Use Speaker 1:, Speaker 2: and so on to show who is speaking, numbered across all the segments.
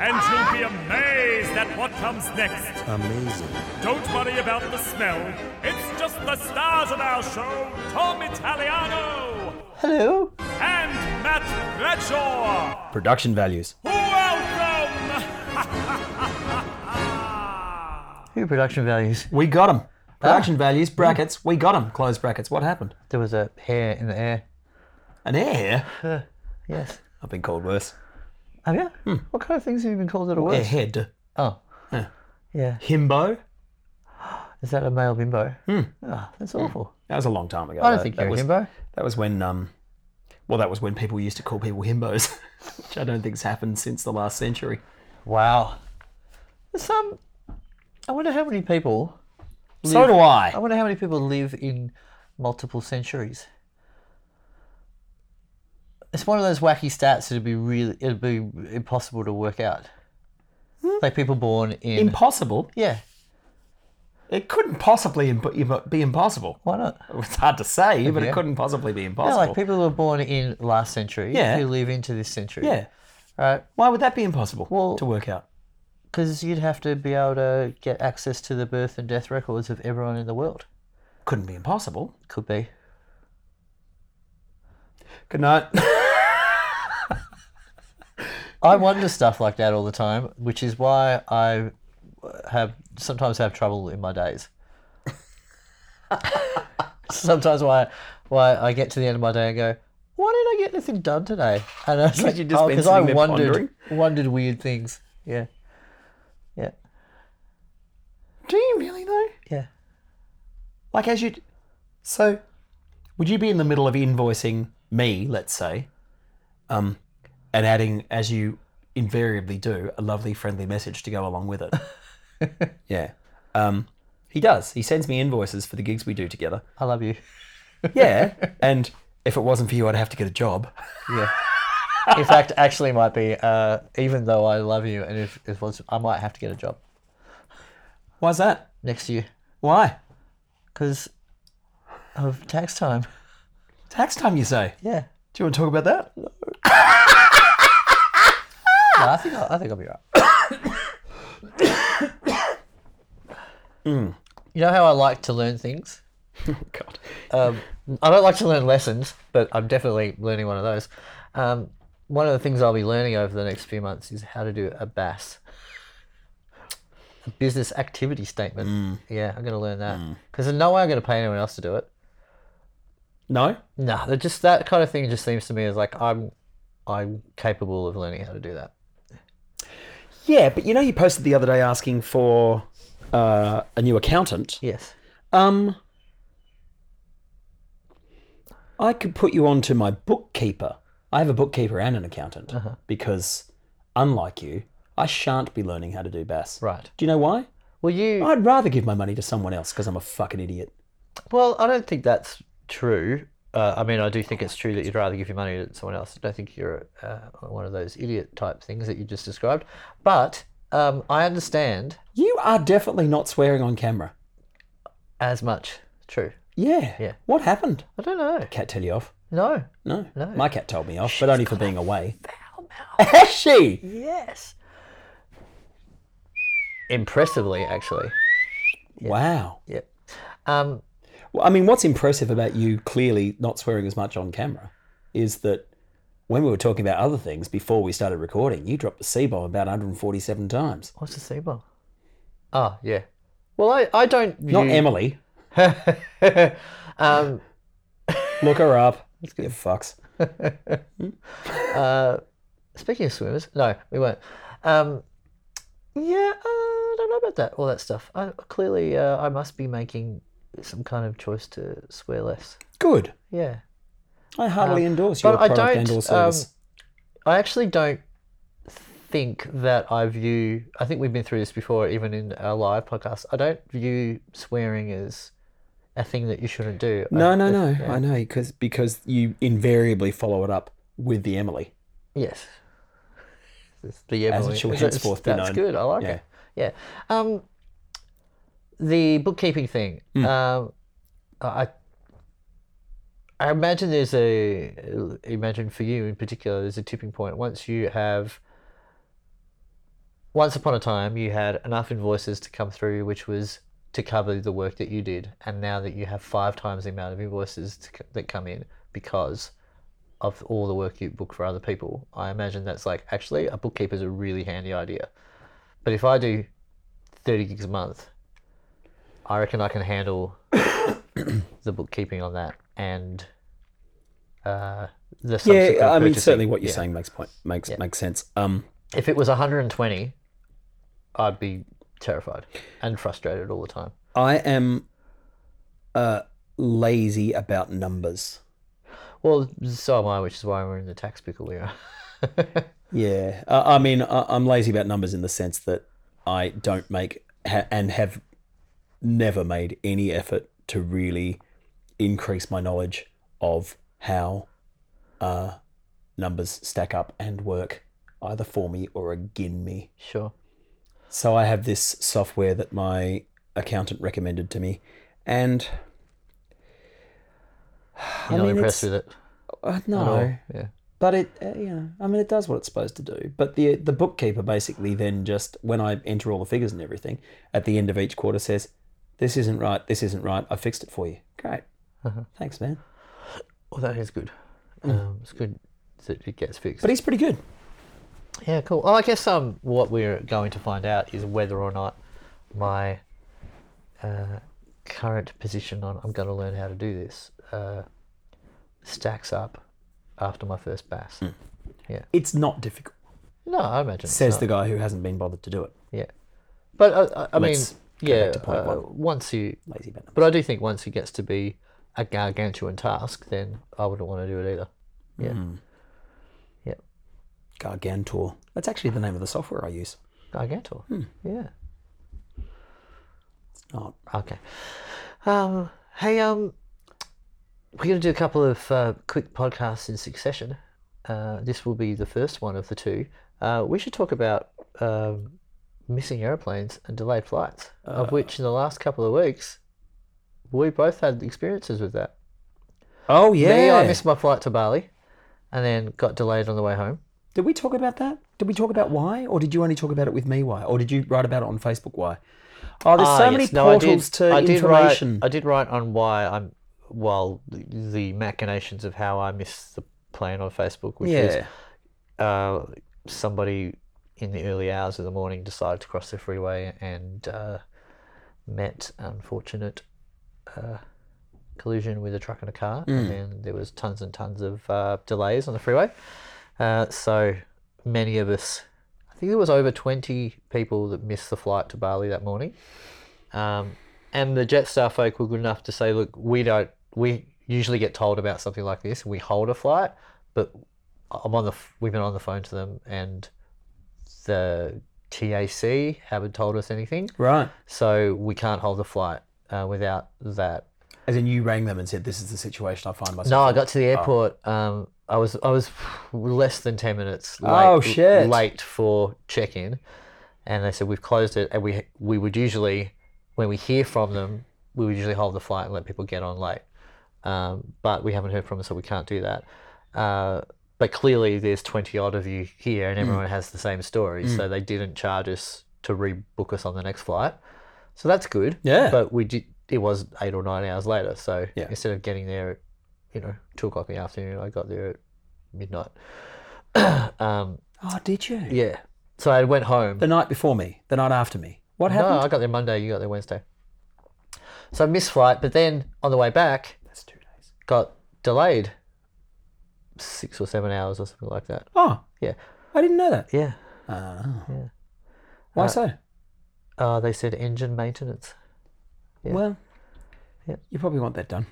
Speaker 1: and you'll be amazed at what comes next.
Speaker 2: Amazing.
Speaker 1: Don't worry about the smell. It's just the stars of our show, Tom Italiano
Speaker 3: Hello.
Speaker 1: and Matt Bradshaw.
Speaker 2: Production values.
Speaker 1: Welcome!
Speaker 3: Your production values.
Speaker 2: We got them.
Speaker 3: Ah.
Speaker 2: Production values, brackets. We got them. Close brackets. What happened?
Speaker 3: There was a hair in the air.
Speaker 2: An air.
Speaker 3: Yes.
Speaker 2: I've been called worse.
Speaker 3: Have you? What kind of things have you been called that are
Speaker 2: A
Speaker 3: worse?
Speaker 2: head.
Speaker 3: Oh.
Speaker 2: Yeah.
Speaker 3: Hmm. Yeah.
Speaker 2: Himbo.
Speaker 3: Is that a male bimbo? Oh, that's awful. Uh,
Speaker 2: That was a long time ago.
Speaker 3: I don't
Speaker 2: though.
Speaker 3: think
Speaker 2: that
Speaker 3: you're
Speaker 2: was,
Speaker 3: a himbo.
Speaker 2: That was when um, well, that was when people used to call people himbos, which I don't think's happened since the last century.
Speaker 3: Wow. There's some. I wonder how many people.
Speaker 2: So do I.
Speaker 3: I wonder how many people live in multiple centuries. It's one of those wacky stats that'd be really it'd be impossible to work out. Like people born in
Speaker 2: Impossible.
Speaker 3: yeah.
Speaker 2: It couldn't possibly imp- be impossible.
Speaker 3: Why not?
Speaker 2: It's hard to say, but
Speaker 3: Yeah.
Speaker 2: it couldn't possibly be
Speaker 3: Yeah,
Speaker 2: impossible.
Speaker 3: like people who were born in last century
Speaker 2: Yeah.
Speaker 3: who live into this century.
Speaker 2: yeah.
Speaker 3: Right?
Speaker 2: Why would that be impossible
Speaker 3: Well-
Speaker 2: to work out?
Speaker 3: Because you'd have to be able to get access to the birth and death records of everyone in the world.
Speaker 2: Couldn't be impossible.
Speaker 3: Could be.
Speaker 2: Good night.
Speaker 3: I wonder stuff like that all the time, which is why I have sometimes have trouble in my days. sometimes why why I get to the end of my day and go, why did I get nothing done today? And I was like,
Speaker 2: you just been
Speaker 3: because I
Speaker 2: sitting there
Speaker 3: wondered
Speaker 2: pondering?"
Speaker 3: wondered weird things. Yeah, yeah,
Speaker 2: Do you really though?
Speaker 3: yeah.
Speaker 2: Like as you, so would you be in the middle of invoicing me, let's say, um, and adding as you invariably do a lovely friendly message to go along with it? yeah. Um, he does. He sends me invoices for the gigs we do together.
Speaker 3: I love you.
Speaker 2: Yeah. and if it wasn't for you, I'd have to get a job.
Speaker 3: Yeah. In fact, actually, might be. Uh, even though I love you, and if if it was, I might have to get a job
Speaker 2: Why's that?
Speaker 3: next year
Speaker 2: Why?
Speaker 3: because of tax time.
Speaker 2: Tax time, you say?
Speaker 3: Yeah.
Speaker 2: Do you want to talk about that?
Speaker 3: No, I think I, I think I'll be right. You know how I like to learn things.
Speaker 2: God.
Speaker 3: Um, I don't like to learn lessons, but I'm definitely learning one of those. Um, one of the things I'll be learning over the next few months is how to do a BAS, a business activity statement. Yeah, I'm going to learn that because there's no way I'm going to pay anyone else to do it.
Speaker 2: No.
Speaker 3: No, they're just that kind of thing just seems to me as like I'm, I'm capable of learning how to do that.
Speaker 2: Yeah, but you know, you posted the other day asking for uh, a new accountant.
Speaker 3: Yes.
Speaker 2: Um, I could put you on to my bookkeeper. I have a bookkeeper and an accountant
Speaker 3: Uh-huh.
Speaker 2: because, unlike you, I shan't be learning how to do BAS.
Speaker 3: Right.
Speaker 2: Do you know why?
Speaker 3: Well, you.
Speaker 2: I'd rather give my money to someone else because I'm a fucking idiot.
Speaker 3: Well, I don't think that's true. Uh, I mean, I do think it's true that you'd rather give your money to someone else. I don't think you're uh, one of those idiot type things that you just described. But um, I understand
Speaker 2: You are definitely not swearing on camera.
Speaker 3: as much. True.
Speaker 2: Yeah.
Speaker 3: Yeah.
Speaker 2: What happened?
Speaker 3: I don't know.
Speaker 2: Cat tell you off?
Speaker 3: No.
Speaker 2: No.
Speaker 3: No.
Speaker 2: My cat told me off, but only for being away. Has she?
Speaker 3: Yes. Impressively, actually.
Speaker 2: Wow.
Speaker 3: Yep. Um,
Speaker 2: Well, I mean, what's impressive about you clearly not swearing as much on camera is that when we were talking about other things before we started recording, you dropped the C bomb about 147 times.
Speaker 3: what's the C bomb? Oh, yeah. Well, I, I don't.
Speaker 2: Not
Speaker 3: view-
Speaker 2: Emily.
Speaker 3: um,
Speaker 2: Look her up. You fucks.
Speaker 3: Speaking of swimmers, no, we won't. Um, yeah, uh, I don't know about that, all that stuff. I, clearly, uh, I must be making some kind of choice to swear less.
Speaker 2: Good.
Speaker 3: Yeah,
Speaker 2: Um, I um, heartily endorse your
Speaker 3: but I
Speaker 2: product
Speaker 3: don't,
Speaker 2: and or
Speaker 3: um,
Speaker 2: service.
Speaker 3: I actually don't think that I view. I think we've been through this before, even in our live podcast. I don't view swearing as a thing that you shouldn't do. I-
Speaker 2: No, no, no. I know because because you invariably follow it up with the Emily.
Speaker 3: Yes. It's The Emily.
Speaker 2: it shall
Speaker 3: it's- it's-
Speaker 2: henceforth be
Speaker 3: That's
Speaker 2: known.
Speaker 3: good. I like
Speaker 2: Yeah.
Speaker 3: it. Yeah. Um, the bookkeeping thing.
Speaker 2: Hmm.
Speaker 3: Um, I I imagine there's a imagine for you in particular there's a tipping point once you have. Once upon a time, you had enough invoices to come through, which was to cover the work that you did, and now that you have five times the amount of invoices to, c- that come in because of all the work you book for other people, I imagine that's like actually a bookkeeper's a really handy idea. But if I do 30 gigs a month, I reckon I can handle the bookkeeping on that and uh, the subsequent
Speaker 2: yeah, I mean
Speaker 3: purchasing.
Speaker 2: certainly what you're saying makes point makes makes sense. Um,
Speaker 3: If it was 120, I'd be terrified and frustrated all the time.
Speaker 2: I am uh lazy about numbers.
Speaker 3: Well, so am I, which is why we're in the tax pickle we are.
Speaker 2: Yeah, uh, I mean I, I'm lazy about numbers in the sense that I don't make ha- and have never made any effort to really increase my knowledge of how uh, numbers stack up and work either for me or again me.
Speaker 3: Sure.
Speaker 2: So I have this software that my accountant recommended to me, and I
Speaker 3: You're not
Speaker 2: mean,
Speaker 3: impressed
Speaker 2: it's-
Speaker 3: with it
Speaker 2: uh,
Speaker 3: at all.
Speaker 2: no,
Speaker 3: Yeah.
Speaker 2: but it uh, you know I mean it does what it's supposed to do. But the the bookkeeper basically then just when I enter all the figures and everything at the end of each quarter says, "This isn't right. This isn't right. I fixed it for you." Great,
Speaker 3: Uh-huh.
Speaker 2: thanks, man.
Speaker 3: Well, Oh, that is good. Um, it's good that it gets fixed.
Speaker 2: Mm. But he's pretty good.
Speaker 3: yeah, cool. Well, I guess um, what we're going to find out is whether or not my uh, current position on I'm going to learn how to do this uh, stacks up after my first bass.
Speaker 2: Mm. It's not difficult,
Speaker 3: No, I imagine. it's
Speaker 2: says
Speaker 3: not.
Speaker 2: the guy who hasn't been bothered to do it.
Speaker 3: Yeah. But uh, I, I mean,
Speaker 2: Let's go
Speaker 3: yeah,
Speaker 2: back to point
Speaker 3: uh,
Speaker 2: one.
Speaker 3: once you.
Speaker 2: Lazy about numbers.
Speaker 3: But I do think once it gets to be a gargantuan task, then I wouldn't want to do it either. Yeah.
Speaker 2: Mm.
Speaker 3: Yeah.
Speaker 2: Gargantor. That's actually the name of the software I use.
Speaker 3: Gargantor.
Speaker 2: Hmm.
Speaker 3: Yeah.
Speaker 2: It's not.
Speaker 3: Okay. Um, hey, um, we're going to do a couple of uh, quick podcasts in succession. Uh, this will be the first one of the two. Uh, we should talk about um, missing airplanes and delayed flights, of which in the last couple of weeks, we both had experiences with that.
Speaker 2: Oh
Speaker 3: Me,
Speaker 2: yeah,
Speaker 3: I missed my flight to Bali and then got delayed on the way home.
Speaker 2: Did we talk about that? Did we talk about why, or did you only talk about it with me? Why, or did you write about it on Facebook? Why? Oh, there's
Speaker 3: Ah,
Speaker 2: so many
Speaker 3: yes. No, I did-
Speaker 2: portals to
Speaker 3: I did write-
Speaker 2: information.
Speaker 3: I did write on why I'm, well, the, the machinations of how I missed the plane on Facebook, which is
Speaker 2: yeah,
Speaker 3: uh, somebody in the early hours of the morning decided to cross the freeway and uh, met unfortunate uh, collusion with a truck and a car, and then there was tons and tons of uh, delays on the freeway. Uh, so many of us, I think there was over twenty people that missed the flight to Bali that morning, um, and the Jetstar folk were good enough to say, "Look, we don't. We usually get told about something like this. We hold a flight, but I'm on the f- we've been on the phone to them and the TAC haven't told us anything,
Speaker 2: right.
Speaker 3: so we can't hold the flight uh, without that.
Speaker 2: As in, you rang them and said, "This is the situation I find myself."
Speaker 3: No, I got to the airport. Um, I was I was less than ten minutes late,
Speaker 2: Oh, shit.
Speaker 3: late for check in, and they said we've closed it. And we we would usually when we hear from them, we would usually hold the flight and let people get on late. Um, but we haven't heard from them, so we can't do that. Uh, but clearly, there's twenty odd of you here,
Speaker 2: Mm.
Speaker 3: and everyone has the same story, so they didn't charge us to rebook us on the next flight. So that's good.
Speaker 2: Yeah.
Speaker 3: But we did. It was eight or nine hours later. So
Speaker 2: Yeah.
Speaker 3: instead of getting there, at, you know, two o'clock in the afternoon, I got there at midnight. um,
Speaker 2: Oh, did you?
Speaker 3: yeah. So I went home.
Speaker 2: The night before me, the night after me. What
Speaker 3: no,
Speaker 2: happened?
Speaker 3: I got there Monday. You got there Wednesday. So I missed flight, but then on the way back,
Speaker 2: That's two days.
Speaker 3: got delayed six or seven hours or something like that.
Speaker 2: Oh,
Speaker 3: Yeah.
Speaker 2: I didn't know that.
Speaker 3: Yeah.
Speaker 2: Oh. Why so?
Speaker 3: Uh, they said engine maintenance. yeah.
Speaker 2: Well,
Speaker 3: Yeah.
Speaker 2: you probably want that done.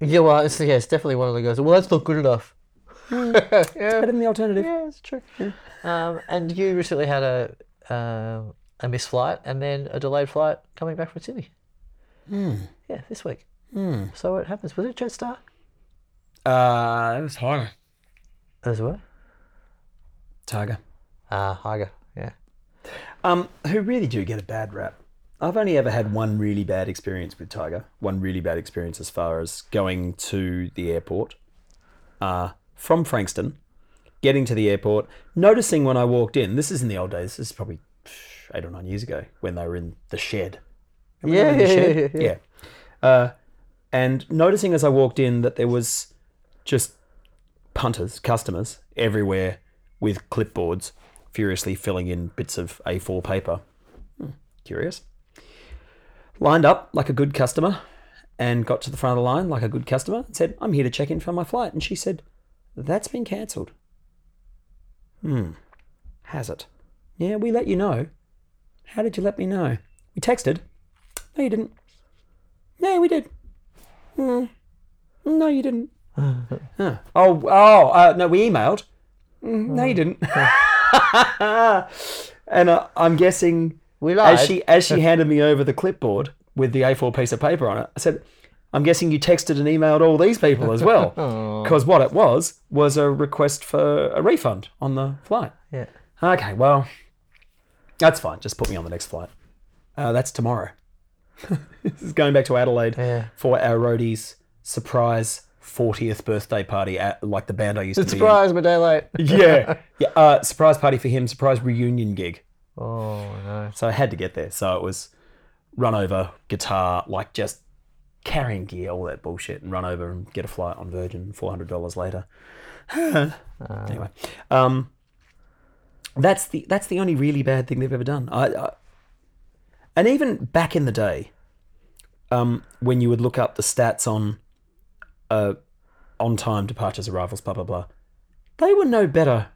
Speaker 3: Yeah, well, it's, yeah, it's definitely one of the guys. Well, that's not good enough.
Speaker 2: Better than the alternative.
Speaker 3: Yeah, it's true. Um, and you recently had a um a missed flight and then a delayed flight coming back from Sydney. Yeah, this week. So it happens. Was it Jetstar
Speaker 2: Uh, that was Tiger.
Speaker 3: as well?
Speaker 2: Tiger.
Speaker 3: Ah, Higer. Yeah.
Speaker 2: Um, who really do get a bad rap. I've only ever had one really bad experience with Tiger. One really bad experience as far as going to the airport uh, from Frankston, getting to the airport, noticing when I walked in. This is in the old days. This is probably pff, eight or nine years ago when they were in the shed.
Speaker 3: Yeah,
Speaker 2: in the shed? Yeah. Uh, and noticing as I walked in that there was just punters, customers everywhere with clipboards, furiously filling in bits of A4 paper. Hmm, curious. Lined up like a good customer and got to the front of the line like a good customer and said, I'm here to check in for my flight. And she said, That's been cancelled. Hmm, has it? Yeah, we let you know. How did you let me know? We texted. No, you didn't. No, we did. Hmm. No, you didn't. Huh. Oh, oh, uh, no, we emailed. Mm, No, you didn't. and uh, I'm guessing
Speaker 3: We
Speaker 2: as
Speaker 3: lied.
Speaker 2: she as she handed me over the clipboard with the A4 piece of paper on it, I said, "I'm guessing you texted and emailed all these people as well, because what it was was a request for a refund on the flight."
Speaker 3: Yeah.
Speaker 2: Okay, well, that's fine. Just put me on the next flight. Uh, that's tomorrow. this is going back to Adelaide
Speaker 3: Yeah.
Speaker 2: for our roadies surprise 40th birthday party at like the band I used to
Speaker 3: Surprise, my day late.
Speaker 2: be in. Yeah. yeah uh, surprise party for him, surprise reunion gig.
Speaker 3: Oh no.
Speaker 2: So I had to get there. So it was run over, guitar, like just carrying gear, all that bullshit, and run over and get a flight on Virgin $400 later. anyway, um, that's the that's the only really bad thing they've ever done. I, I and even back in the day, um, when you would look up the stats on uh, on time departures, arrivals, blah blah blah, they were no better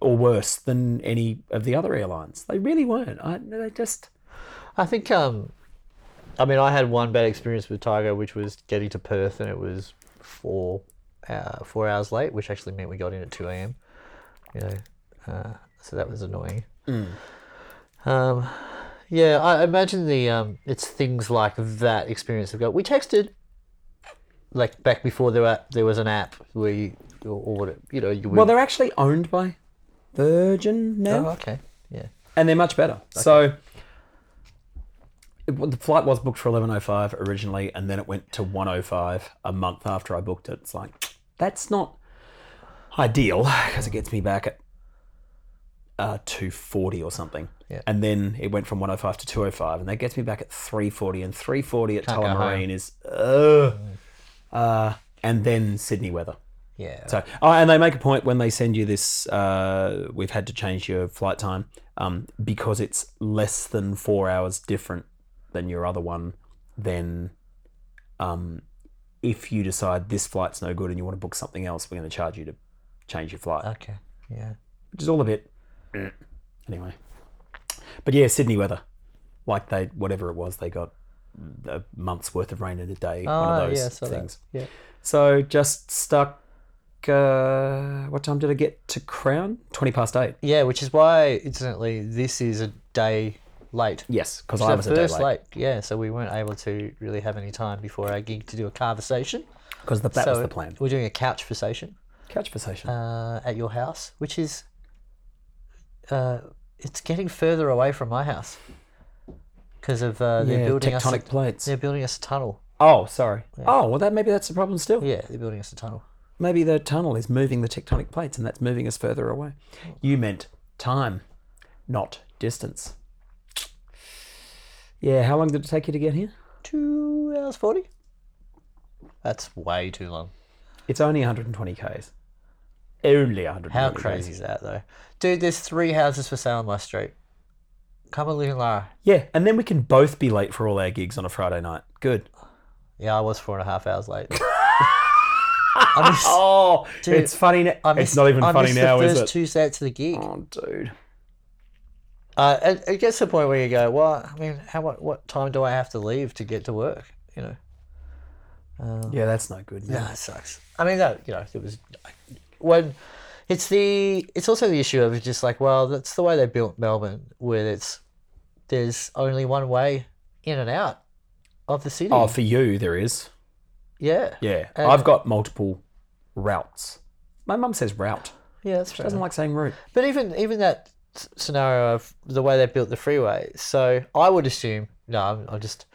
Speaker 2: or worse than any of the other airlines. They really weren't. I, they just
Speaker 3: I think um I mean I had one bad experience with Tiger which was getting to Perth and it was four uh, four hours late, which actually meant we got in at two AM. You know. Uh, so that was annoying. Um yeah, I I imagine the um it's things like that experience of go we texted like back before there were there was an app where you or, or what it, you know you would
Speaker 2: well, they're actually owned by Virgin now,
Speaker 3: oh, okay. Yeah.
Speaker 2: and they're much better. So it- well, the flight was booked for eleven oh five originally, and then it went to one oh five a month after I booked it. It's like that's not ideal because it gets me back at uh, two forty or something.
Speaker 3: Yeah.
Speaker 2: And then it went from 105 to 205, and that gets me back at 340. And 340 at
Speaker 3: go Mm.
Speaker 2: Tullamarine is, ugh. Uh, and then Sydney weather.
Speaker 3: Yeah.
Speaker 2: So, oh, and they make a point when they send you this. Uh, we've had to change your flight time um, because it's less than four hours different than your other one. Then, um, if you decide this flight's no good and you want to book something else, we're going to charge you to change your flight,
Speaker 3: okay. Yeah.
Speaker 2: which is all a bit. Anyway, but yeah, Sydney weather, like they whatever it was, they got a month's worth of rain in a day. One
Speaker 3: Ah,
Speaker 2: of those
Speaker 3: yeah, I saw that.
Speaker 2: things.
Speaker 3: Yeah.
Speaker 2: So just stuck. Uh, what time did I get to Crown? Twenty past eight.
Speaker 3: Yeah, which is why, incidentally, this is a day late.
Speaker 2: Yes, because
Speaker 3: So
Speaker 2: I was a day
Speaker 3: first
Speaker 2: late.
Speaker 3: late. yeah. So we weren't able to really have any time before our gig to do a conversation.
Speaker 2: Because that
Speaker 3: so
Speaker 2: was the plan.
Speaker 3: We're doing a couch conversation
Speaker 2: Couch conversation.
Speaker 3: uh, at your house, which is, uh, it's getting further away from my house because of uh, they're
Speaker 2: Yeah,
Speaker 3: building us.
Speaker 2: tectonic
Speaker 3: A,
Speaker 2: plates.
Speaker 3: they're building us a tunnel.
Speaker 2: oh, sorry. Oh, well, that maybe that's the problem still.
Speaker 3: Yeah, they're building us a tunnel.
Speaker 2: Maybe the tunnel is moving the tectonic plates, and that's moving us further away. You meant time, not distance. Yeah. How long did it take you to get here?
Speaker 3: Two hours forty. That's way too long.
Speaker 2: It's only 120 k's. Only 120.
Speaker 3: How crazy is that, though? Dude, there's three houses for sale on my street. Come and live in Lara.
Speaker 2: Yeah, and then we can both be late for all our gigs on a Friday night. Good.
Speaker 3: Yeah, I was four and a half hours late. I missed,
Speaker 2: Oh, it's funny. now.
Speaker 3: I
Speaker 2: it's
Speaker 3: missed-
Speaker 2: not even
Speaker 3: I
Speaker 2: funny
Speaker 3: missed
Speaker 2: now,
Speaker 3: the
Speaker 2: is
Speaker 3: first
Speaker 2: it?
Speaker 3: two sets of the gig.
Speaker 2: Oh, dude.
Speaker 3: Uh, and it gets to the point where you go, well, I mean, how what, what time do I have to leave to get to work? You know,
Speaker 2: Yeah, that's no good. Man.
Speaker 3: that sucks. I mean, no, you know, it was when it's the it's also the issue of just like well that's the way they built Melbourne where it's there's only one way in and out of the city.
Speaker 2: Oh, for you there is.
Speaker 3: yeah.
Speaker 2: Yeah,
Speaker 3: And-
Speaker 2: I've got multiple routes. My mum says route.
Speaker 3: Yeah, that's fair.
Speaker 2: Doesn't like saying route.
Speaker 3: But even even that s- scenario of the way they built the freeway, so I would assume no, I'm, I'm just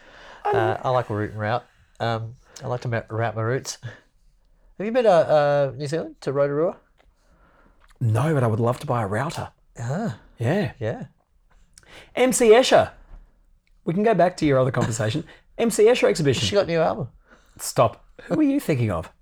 Speaker 3: uh, I like route and route. Um, I like to ma- route my routes. Have you been to uh, New Zealand to Rotorua?
Speaker 2: No, but I would love to buy a router.
Speaker 3: Ah,
Speaker 2: Yeah.
Speaker 3: yeah.
Speaker 2: MC Escher. We can go back to your other conversation. MC Escher exhibition.
Speaker 3: She got a new album.
Speaker 2: Stop. Who are you thinking of?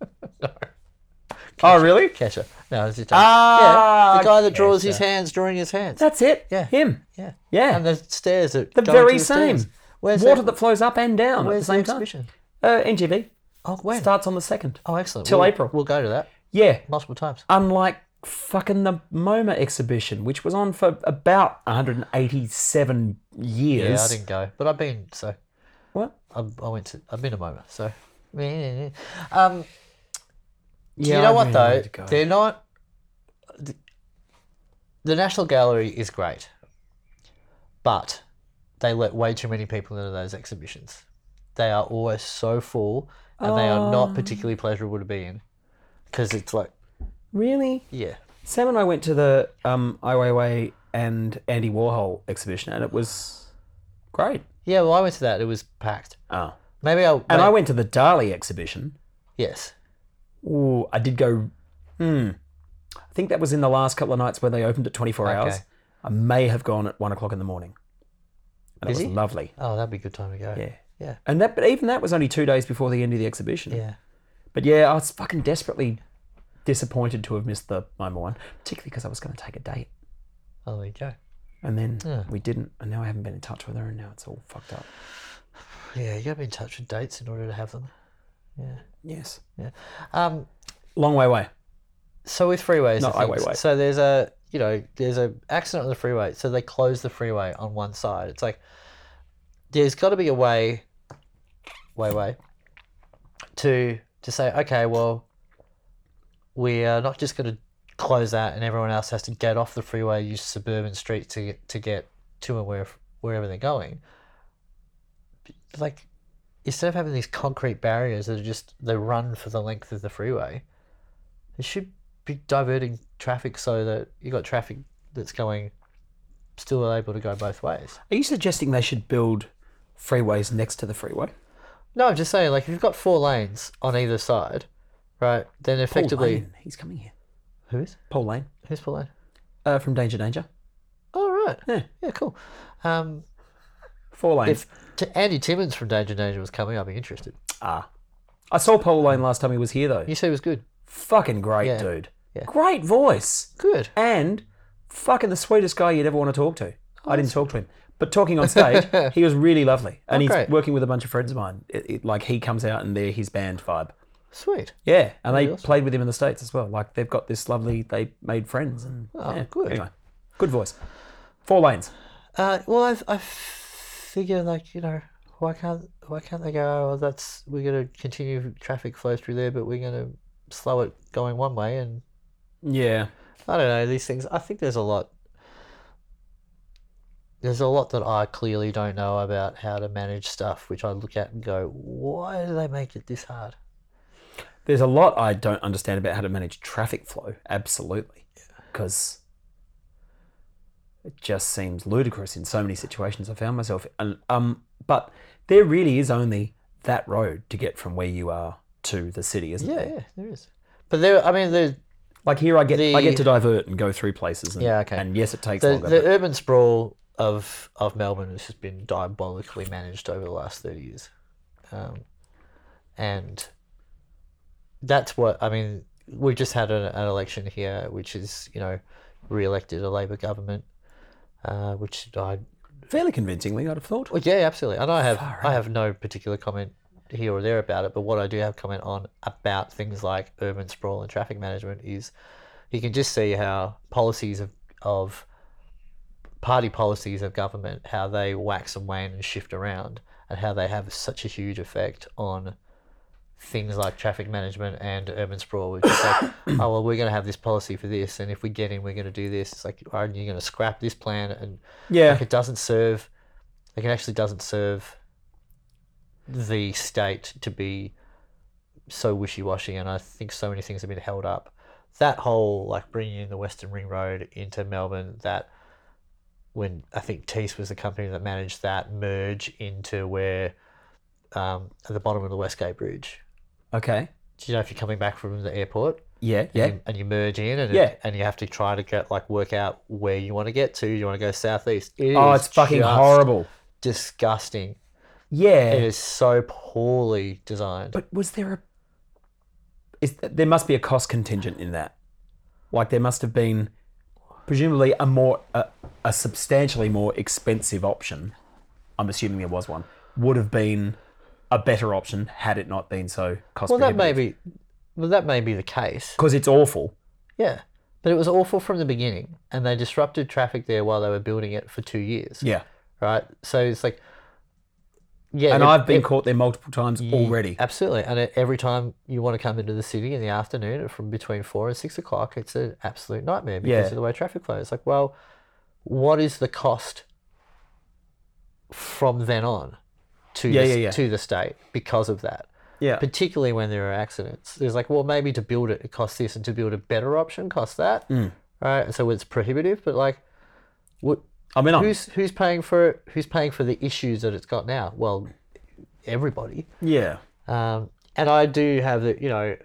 Speaker 3: Oh, really? Kesha. No, it's Italian.
Speaker 2: Ah,
Speaker 3: yeah, the guy that draws his hands, drawing his hands.
Speaker 2: That's it.
Speaker 3: Yeah.
Speaker 2: Him.
Speaker 3: Yeah,
Speaker 2: Yeah.
Speaker 3: And the stairs that
Speaker 2: the
Speaker 3: go into
Speaker 2: very
Speaker 3: stairs.
Speaker 2: same.
Speaker 3: Where's
Speaker 2: Water
Speaker 3: that?
Speaker 2: that flows up and down at the
Speaker 3: Where's the
Speaker 2: same time.
Speaker 3: exhibition?
Speaker 2: Uh, NGV
Speaker 3: Oh, when?
Speaker 2: starts on the second.
Speaker 3: Oh, excellent.
Speaker 2: Till
Speaker 3: We'll-
Speaker 2: April.
Speaker 3: We'll go to that
Speaker 2: Yeah.
Speaker 3: multiple times.
Speaker 2: Unlike fucking the MoMA exhibition, which was on for about 187 years.
Speaker 3: Yeah, I didn't go, but I've been so.
Speaker 2: What?
Speaker 3: I, I went to. I've been to MoMA, so. Um,
Speaker 2: Yeah,
Speaker 3: you know
Speaker 2: I
Speaker 3: what
Speaker 2: really
Speaker 3: though?
Speaker 2: wanted to go.
Speaker 3: They're not. The, the National Gallery is great, but they let way too many people into those exhibitions. They are always so full, and they are
Speaker 2: Oh.
Speaker 3: not particularly pleasurable to be in, because it's like
Speaker 2: Really?
Speaker 3: yeah,
Speaker 2: Sam and I went to the um, Ai Weiwei and Andy Warhol exhibition, and it was great.
Speaker 3: yeah. Well, I went to that; it was packed.
Speaker 2: Oh.
Speaker 3: Maybe I'll.
Speaker 2: And
Speaker 3: may-
Speaker 2: I went to the Dali exhibition.
Speaker 3: yes.
Speaker 2: Ooh, I did go. Hmm. I think that was in the last couple of nights where they opened at 24 hours.
Speaker 3: Okay.
Speaker 2: I may have gone at one o'clock in the morning. And it
Speaker 3: Busy?
Speaker 2: was lovely.
Speaker 3: Oh, that'd be a good time to go.
Speaker 2: Yeah.
Speaker 3: Yeah.
Speaker 2: And that, but even that was only two days before the end of the exhibition.
Speaker 3: Yeah.
Speaker 2: But yeah, I was fucking desperately disappointed to have missed the MoMA one, particularly because I was going to take a date.
Speaker 3: Oh, there you go.
Speaker 2: And then
Speaker 3: Yeah.
Speaker 2: we didn't. And now I haven't been in touch with her, and now it's all fucked up.
Speaker 3: Yeah, you gotta be in touch with dates in order to have them.
Speaker 2: Yes.
Speaker 3: Um,
Speaker 2: Long way away.
Speaker 3: so with freeways,
Speaker 2: No,
Speaker 3: I
Speaker 2: highway
Speaker 3: think,
Speaker 2: way.
Speaker 3: so there's a you know there's a accident on the freeway, so they close the freeway on one side. It's like there's got to be a way, way way, to to say okay, well, we are not just gonna close that, and everyone else has to get off the freeway, use suburban streets to get, to get to and where wherever they're going. Like instead of having these concrete barriers that are just they run for the length of the freeway, it should be diverting traffic so that you got traffic that's going still able to go both ways.
Speaker 2: Are you suggesting they should build freeways next to the freeway?
Speaker 3: No, I'm just saying, like if you've got four lanes on either side, right, then
Speaker 2: Paul
Speaker 3: effectively
Speaker 2: Lane. He's coming here.
Speaker 3: who is
Speaker 2: Paul Lane
Speaker 3: who's Paul Lane?
Speaker 2: uh, from Danger Danger.
Speaker 3: Oh right,
Speaker 2: Yeah.
Speaker 3: yeah, cool. Um,
Speaker 2: Four lanes.
Speaker 3: if t- Andy Timmins from Danger Danger was coming, I'd be interested.
Speaker 2: ah. I saw Paul Lane last time he was here, though.
Speaker 3: You say it was good,
Speaker 2: Fucking great
Speaker 3: Yeah.
Speaker 2: dude.
Speaker 3: Yeah.
Speaker 2: Great voice.
Speaker 3: good.
Speaker 2: And fucking the sweetest guy you'd ever want to talk to. I didn't talk to him. But talking on stage, he was really lovely. And he's
Speaker 3: Oh, great.
Speaker 2: working with a bunch of friends of mine. It, it, like, he comes out and they're his band vibe.
Speaker 3: Sweet.
Speaker 2: Yeah, and they
Speaker 3: Really awesome.
Speaker 2: played with him in the states as well. Like they've got this lovely, they made friends and
Speaker 3: Oh,
Speaker 2: yeah.
Speaker 3: good.
Speaker 2: Anyway, good voice. Four lanes.
Speaker 3: Uh, well, I, I figure like you know why can't why can't they go? Oh, well, that's we're gonna continue traffic flow through there, but we're gonna slow it going one way, and
Speaker 2: Yeah,
Speaker 3: I don't know these things. I think there's a lot. There's a lot that I clearly don't know about how to manage stuff, which I look at and go, why do they make it this hard?
Speaker 2: there's a lot I don't understand about how to manage traffic flow. Absolutely, because it just seems ludicrous in so many situations I found myself. And um, but there really is only that road to get from where you are to the city, isn't
Speaker 3: Yeah,
Speaker 2: there?
Speaker 3: yeah, there is. But there, I mean, there,
Speaker 2: Like here, I get I
Speaker 3: The-
Speaker 2: get to divert and go through places. And,
Speaker 3: Yeah, okay.
Speaker 2: And yes, it takes
Speaker 3: the,
Speaker 2: longer.
Speaker 3: the
Speaker 2: but-
Speaker 3: urban sprawl of of Melbourne has just been diabolically managed over the last thirty years, um, and that's what I mean. We just had an, an election here, which is you know re-elected a Labor government, uh, which I
Speaker 2: Fairly convincingly, I'd have thought.
Speaker 3: well, yeah, absolutely. And I have I have no particular comment here or there about it, but what I do have comment on about things like urban sprawl and traffic management is you can just see how policies of of party policies of government, how they wax and wane and shift around and how they have such a huge effect on things like traffic management and urban sprawl, which is like, oh well, we're going to have this policy for this, and if we get in, we're going to do this. It's like, are you going to scrap this plan? And
Speaker 2: Yeah.
Speaker 3: like, it doesn't serve. Like, it actually doesn't serve the state to be so wishy-washy, and I think so many things have been held up. That whole like bringing in the Western Ring Road into Melbourne, that when I think Tees was the company that managed that merge into where um, at the bottom of the West Gate Bridge.
Speaker 2: Okay.
Speaker 3: Do you know if you're coming back from the airport?
Speaker 2: Yeah. Yeah.
Speaker 3: and, and you merge in and,
Speaker 2: Yeah.
Speaker 3: and you have to try to get like work out where you want to get to. You want to go southeast. It
Speaker 2: Oh,
Speaker 3: is
Speaker 2: it's fucking
Speaker 3: just
Speaker 2: horrible.
Speaker 3: Disgusting.
Speaker 2: Yeah.
Speaker 3: It is so poorly designed.
Speaker 2: But was there a? Is th- there must be a cost contingent in that? Like there must have been, presumably a more a, a substantially more expensive option. I'm assuming there was one. Would have been a better option had it not been so cost.
Speaker 3: well, that may be. Well, that may be the case.
Speaker 2: because it's awful.
Speaker 3: Yeah, but it was awful from the beginning, and they disrupted traffic there while they were building it for two years.
Speaker 2: Yeah,
Speaker 3: Right. So it's like. Yeah,
Speaker 2: and
Speaker 3: it-
Speaker 2: I've been
Speaker 3: it-
Speaker 2: caught there multiple times already.
Speaker 3: Mm. Absolutely. And it, every time you want to come into the city in the afternoon from between four and six o'clock, it's an absolute nightmare because
Speaker 2: Yeah.
Speaker 3: of the way traffic flows. It's like, well, what is the cost from then on to,
Speaker 2: Yeah,
Speaker 3: the,
Speaker 2: yeah, yeah.
Speaker 3: to the state because of that?
Speaker 2: Yeah,
Speaker 3: Particularly when there are accidents. There's like, well, maybe to build it, it costs this, and to build a better option, costs that.
Speaker 2: Mm.
Speaker 3: Right. And so it's prohibitive, but like, what?
Speaker 2: I mean, I'm,
Speaker 3: Who's who's paying for it? Who's paying for the issues that it's got now? Well, everybody.
Speaker 2: yeah,
Speaker 3: Um, and I do have the, you know,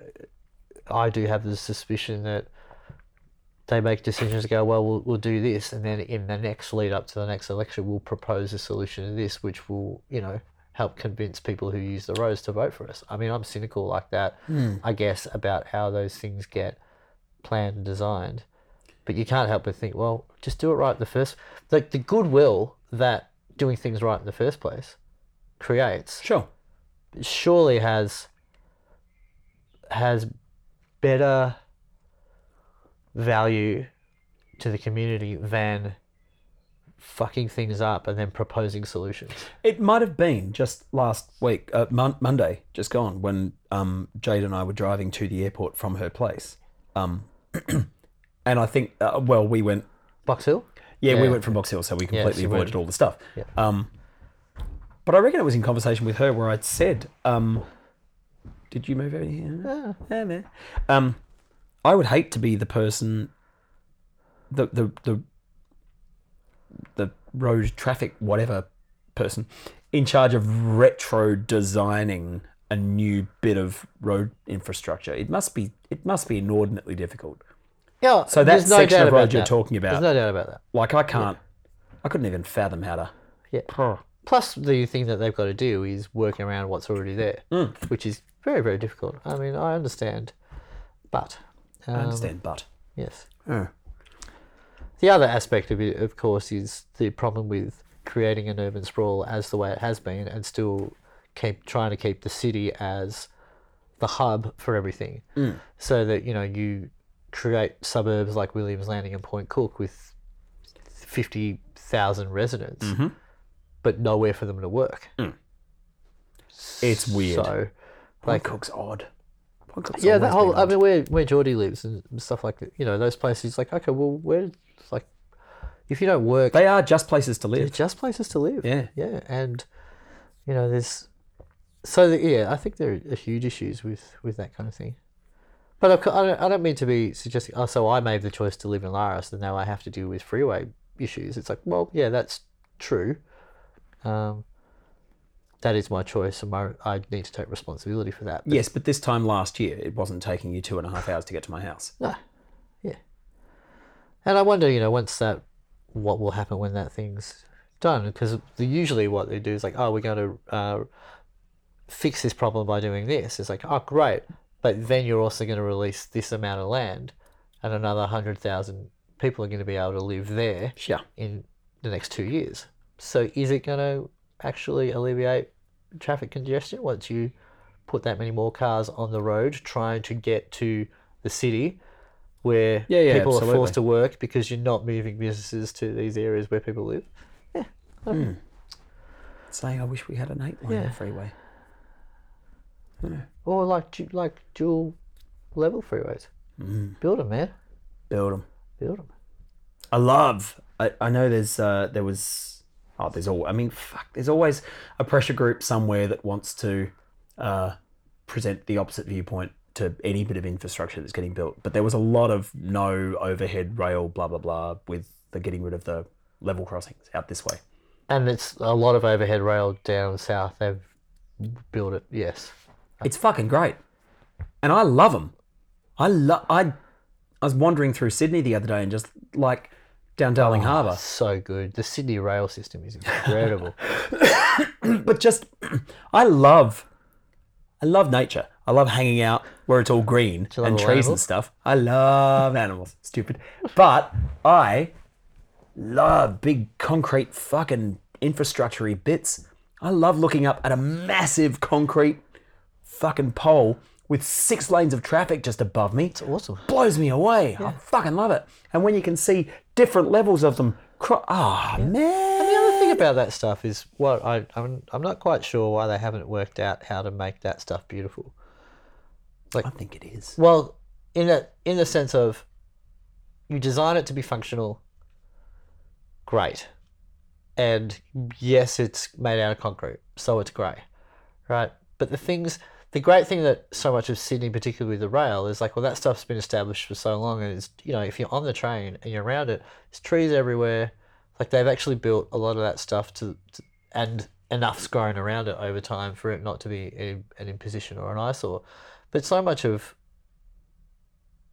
Speaker 3: I do have the suspicion that they make decisions to go, well, we'll, we'll do this, and then in the next lead up to the next election, we'll propose a solution to this, which will, you know, help convince people who use the roads to vote for us. I mean, I'm cynical like that, I guess, about how those things get planned and designed. But you can't help but think, well, just do it right the first. Like the goodwill that doing things right in the first place creates
Speaker 2: sure.
Speaker 3: surely has has better value to the community than fucking things up and then proposing solutions.
Speaker 2: It might have been just last week, uh, mon- Monday, just gone, when um, Jade and I were driving to the airport from her place. Um, and I think, uh, well, we went,
Speaker 3: Box Hill?
Speaker 2: yeah, we
Speaker 3: Yeah.
Speaker 2: went from Box Hill, so we completely
Speaker 3: so we-
Speaker 2: avoided all the stuff.
Speaker 3: Yeah.
Speaker 2: Um, but I reckon it was in conversation with her where I'd said, um, did you move over here?
Speaker 3: Ah.
Speaker 2: Yeah, man. Um, I would hate to be the person, the the the the road traffic whatever person in charge of retro designing a new bit of road infrastructure. It must be it must be inordinately difficult.
Speaker 3: Yeah.
Speaker 2: So that
Speaker 3: there's no
Speaker 2: section
Speaker 3: doubt
Speaker 2: of
Speaker 3: about
Speaker 2: road you're
Speaker 3: that.
Speaker 2: talking about,
Speaker 3: There's no doubt about that.
Speaker 2: like I can't, I couldn't even fathom how to.
Speaker 3: Yeah. Plus, the thing that they've got to do is work around what's already there, which is very, very difficult. I mean, I understand, but
Speaker 2: I
Speaker 3: Um,
Speaker 2: understand, but
Speaker 3: yes.
Speaker 2: Oh.
Speaker 3: The other aspect of it, of course, is the problem with creating an urban sprawl as the way it has been and still keep trying to keep the city as the hub for everything.
Speaker 2: Mm.
Speaker 3: So that, you know, you create suburbs like Williams Landing and Point Cook with 50,000 residents,
Speaker 2: Mm-hmm.
Speaker 3: but nowhere for them to work.
Speaker 2: Mm. it's weird.
Speaker 3: So,
Speaker 2: Pine Cook's odd. Pine Cook's
Speaker 3: yeah, that
Speaker 2: always
Speaker 3: whole
Speaker 2: been
Speaker 3: I
Speaker 2: odd.
Speaker 3: mean, where where Geordie lives and stuff like that, you know, those places. Like, okay, well, where it's like if you don't work,
Speaker 2: they are just places to
Speaker 3: they're
Speaker 2: live.
Speaker 3: just places to live.
Speaker 2: Yeah.
Speaker 3: yeah, and you know, there's so the, yeah, I think there are huge issues with with that kind of thing. But of cou- I don't, I don't mean to be suggesting. Oh, so I made the choice to live in Laras, and now I have to deal with freeway issues. It's like, well, yeah, that's true. Um, that is my choice, and my, I need to take responsibility for that. But
Speaker 2: Yes, but this time last year, it wasn't taking you two and a half hours to get to my house.
Speaker 3: And I wonder, you know, once that, what will happen when that thing's done? Because usually what they do is like, oh, we're going to uh, fix this problem by doing this. It's like, oh, great. But then you're also going to release this amount of land, and another 100,000 people are going to be able to live there
Speaker 2: Sure.
Speaker 3: in the next two years. So is it going to actually alleviate traffic congestion once you put that many more cars on the road trying to get to the city where
Speaker 2: Yeah, yeah,
Speaker 3: people are
Speaker 2: absolutely.
Speaker 3: forced to work because you're not moving businesses to these areas where people live?
Speaker 2: Saying, I wish we had an eight lane
Speaker 3: Yeah.
Speaker 2: freeway.
Speaker 3: Or like du- like dual level freeways.
Speaker 2: Mm.
Speaker 3: Build them, man.
Speaker 2: Build them.
Speaker 3: Build them.
Speaker 2: I love. I, I know there's uh, there was oh there's all I mean fuck there's always a pressure group somewhere that wants to uh, present the opposite viewpoint to any bit of infrastructure that's getting built. But there was a lot of no overhead rail blah blah blah with the getting rid of the level crossings out this way.
Speaker 3: And it's a lot of overhead rail down south. They've built it. Yes.
Speaker 2: It's fucking great, and I love them. I love I I was wandering through Sydney the other day and just like down Darling
Speaker 3: Oh,
Speaker 2: Harbour.
Speaker 3: So good. The Sydney rail system is incredible.
Speaker 2: but just I love I love nature. I love hanging out where it's all green
Speaker 3: you
Speaker 2: and
Speaker 3: love all
Speaker 2: trees and
Speaker 3: animals?
Speaker 2: stuff. I love animals. Stupid. But I love big concrete fucking infrastructure bits. I love looking up at a massive concrete fucking pole with six lanes of traffic just above me
Speaker 3: awesome.
Speaker 2: blows me away. I fucking love it. And when you can see different levels of them, cro- ah man.
Speaker 3: The other thing about that stuff is what I I'm, I'm not quite sure why they haven't worked out how to make that stuff beautiful.
Speaker 2: I think it is.
Speaker 3: Well, in a in the sense of you design it to be functional, great. And yes, it's made out of concrete, so it's grey. Right? But the things the great thing that so much of Sydney, particularly the rail, is like, well, that stuff's been established for so long, and it's you know, if you're on the train and you're around it, there's trees everywhere. Like they've actually built a lot of that stuff to, to and enough's grown around it over time for it not to be a, an imposition or an eyesore. But so much of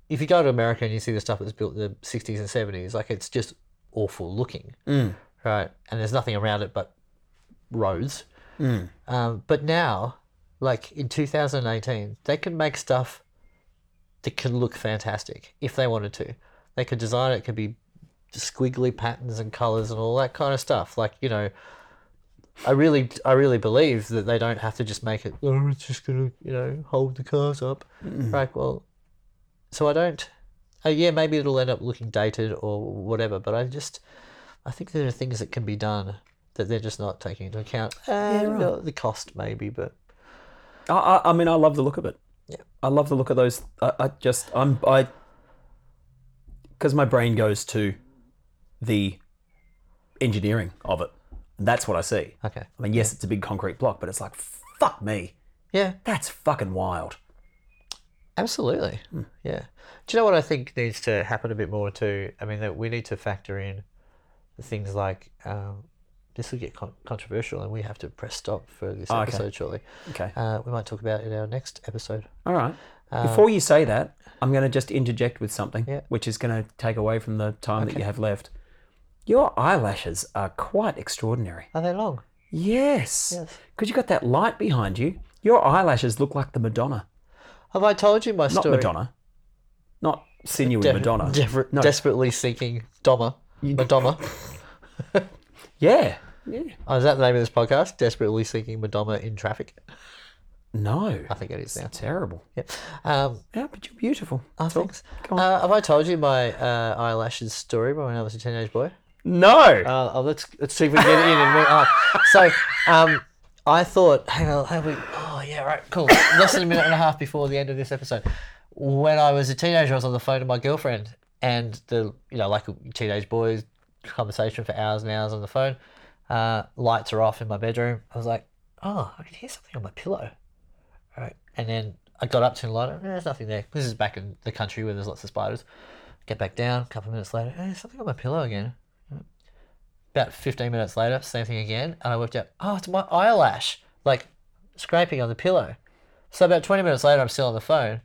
Speaker 3: if you go to America and you see the stuff that's built in the 60s and 70s, like it's just awful looking, right? And there's nothing around it but roads. Um, but now, like in 2018, they can make stuff that can look fantastic if they wanted to. They could design it, it could be squiggly patterns and colors and all that kind of stuff. Like, you know, I really, I really believe that they don't have to just make it. Oh, it's just gonna, you know, hold the cars up. Like, well, so I don't. Oh, yeah, maybe it'll end up looking dated or whatever. But I just, I think there are things that can be done that they're just not taking into account. And uh, the cost, maybe, but
Speaker 2: I, I, I mean, I love the look of it. I love the look of those. I, I just, I'm, I, because my brain goes to the engineering of it. And that's what I see.
Speaker 3: okay,
Speaker 2: I mean, yes, it's a big concrete block, but it's like, fuck me.
Speaker 3: yeah,
Speaker 2: That's fucking wild.
Speaker 3: Absolutely.
Speaker 2: Hmm.
Speaker 3: Yeah. Do you know what I think needs to happen a bit more too? I mean, that we need to factor in things like um, this will get con- controversial, and we have to press stop for this
Speaker 2: Oh, okay.
Speaker 3: episode shortly.
Speaker 2: Okay.
Speaker 3: Uh, we might talk about it in our next episode.
Speaker 2: All right. Before you say that, I'm going to just interject with something,
Speaker 3: Yeah.
Speaker 2: which is going to take away from the time that you have left. Your eyelashes are quite extraordinary.
Speaker 3: Are they long?
Speaker 2: Yes.
Speaker 3: Yes.
Speaker 2: Because you got that light behind you. Your eyelashes look like the Madonna.
Speaker 3: Have I told you my
Speaker 2: Not
Speaker 3: story?
Speaker 2: Madonna. Not sinewy
Speaker 3: De-
Speaker 2: Madonna.
Speaker 3: de-
Speaker 2: No.
Speaker 3: Desperately seeking Doma. Madonna.
Speaker 2: yeah. Yeah.
Speaker 3: Oh, is that the name of this podcast? Desperately seeking Madonna in traffic.
Speaker 2: No.
Speaker 3: I think it is now.
Speaker 2: Terrible.
Speaker 3: Yeah. Um,
Speaker 2: Yeah, but you're beautiful.
Speaker 3: oh, thanks. Uh, have I told you my uh, eyelashes story when I was a teenage boy?
Speaker 2: No.
Speaker 3: Uh, oh, let's let's see if we can get it in and we up. So, um, I thought, hang on, have we? Oh yeah, right, cool. Less than a minute and a half before the end of this episode. When I was a teenager, I was on the phone to my girlfriend, and the you know like teenage boys conversation for hours and hours on the phone. Uh, lights are off in my bedroom. I was like, oh, I can hear something on my pillow. Right, and then I got up to the light. eh, There's nothing there. This is back in the country where there's lots of spiders. Get back down. A couple of minutes later, eh, there's something on my pillow again. About 15 minutes later, same thing again, and I worked out, oh, it's my eyelash, like scraping on the pillow. So about 20 minutes later, I'm still on the phone.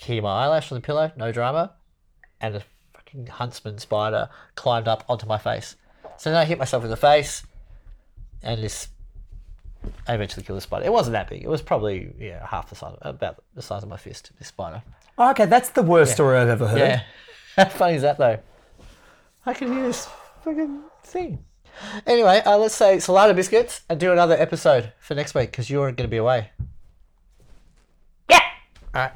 Speaker 3: I hear my eyelash on the pillow, no drama, and a fucking huntsman spider climbed up onto my face. So then I hit myself in the face, and this. I eventually killed the spider. It wasn't that big. It was probably yeah half the size, about the size of my fist. This spider.
Speaker 2: okay, that's the worst story I've ever heard.
Speaker 3: Yeah. How funny is that though? I can hear this fucking thing. Anyway, uh, let's say salada biscuits and do another episode for next week because you're going to be away. Yeah. All right.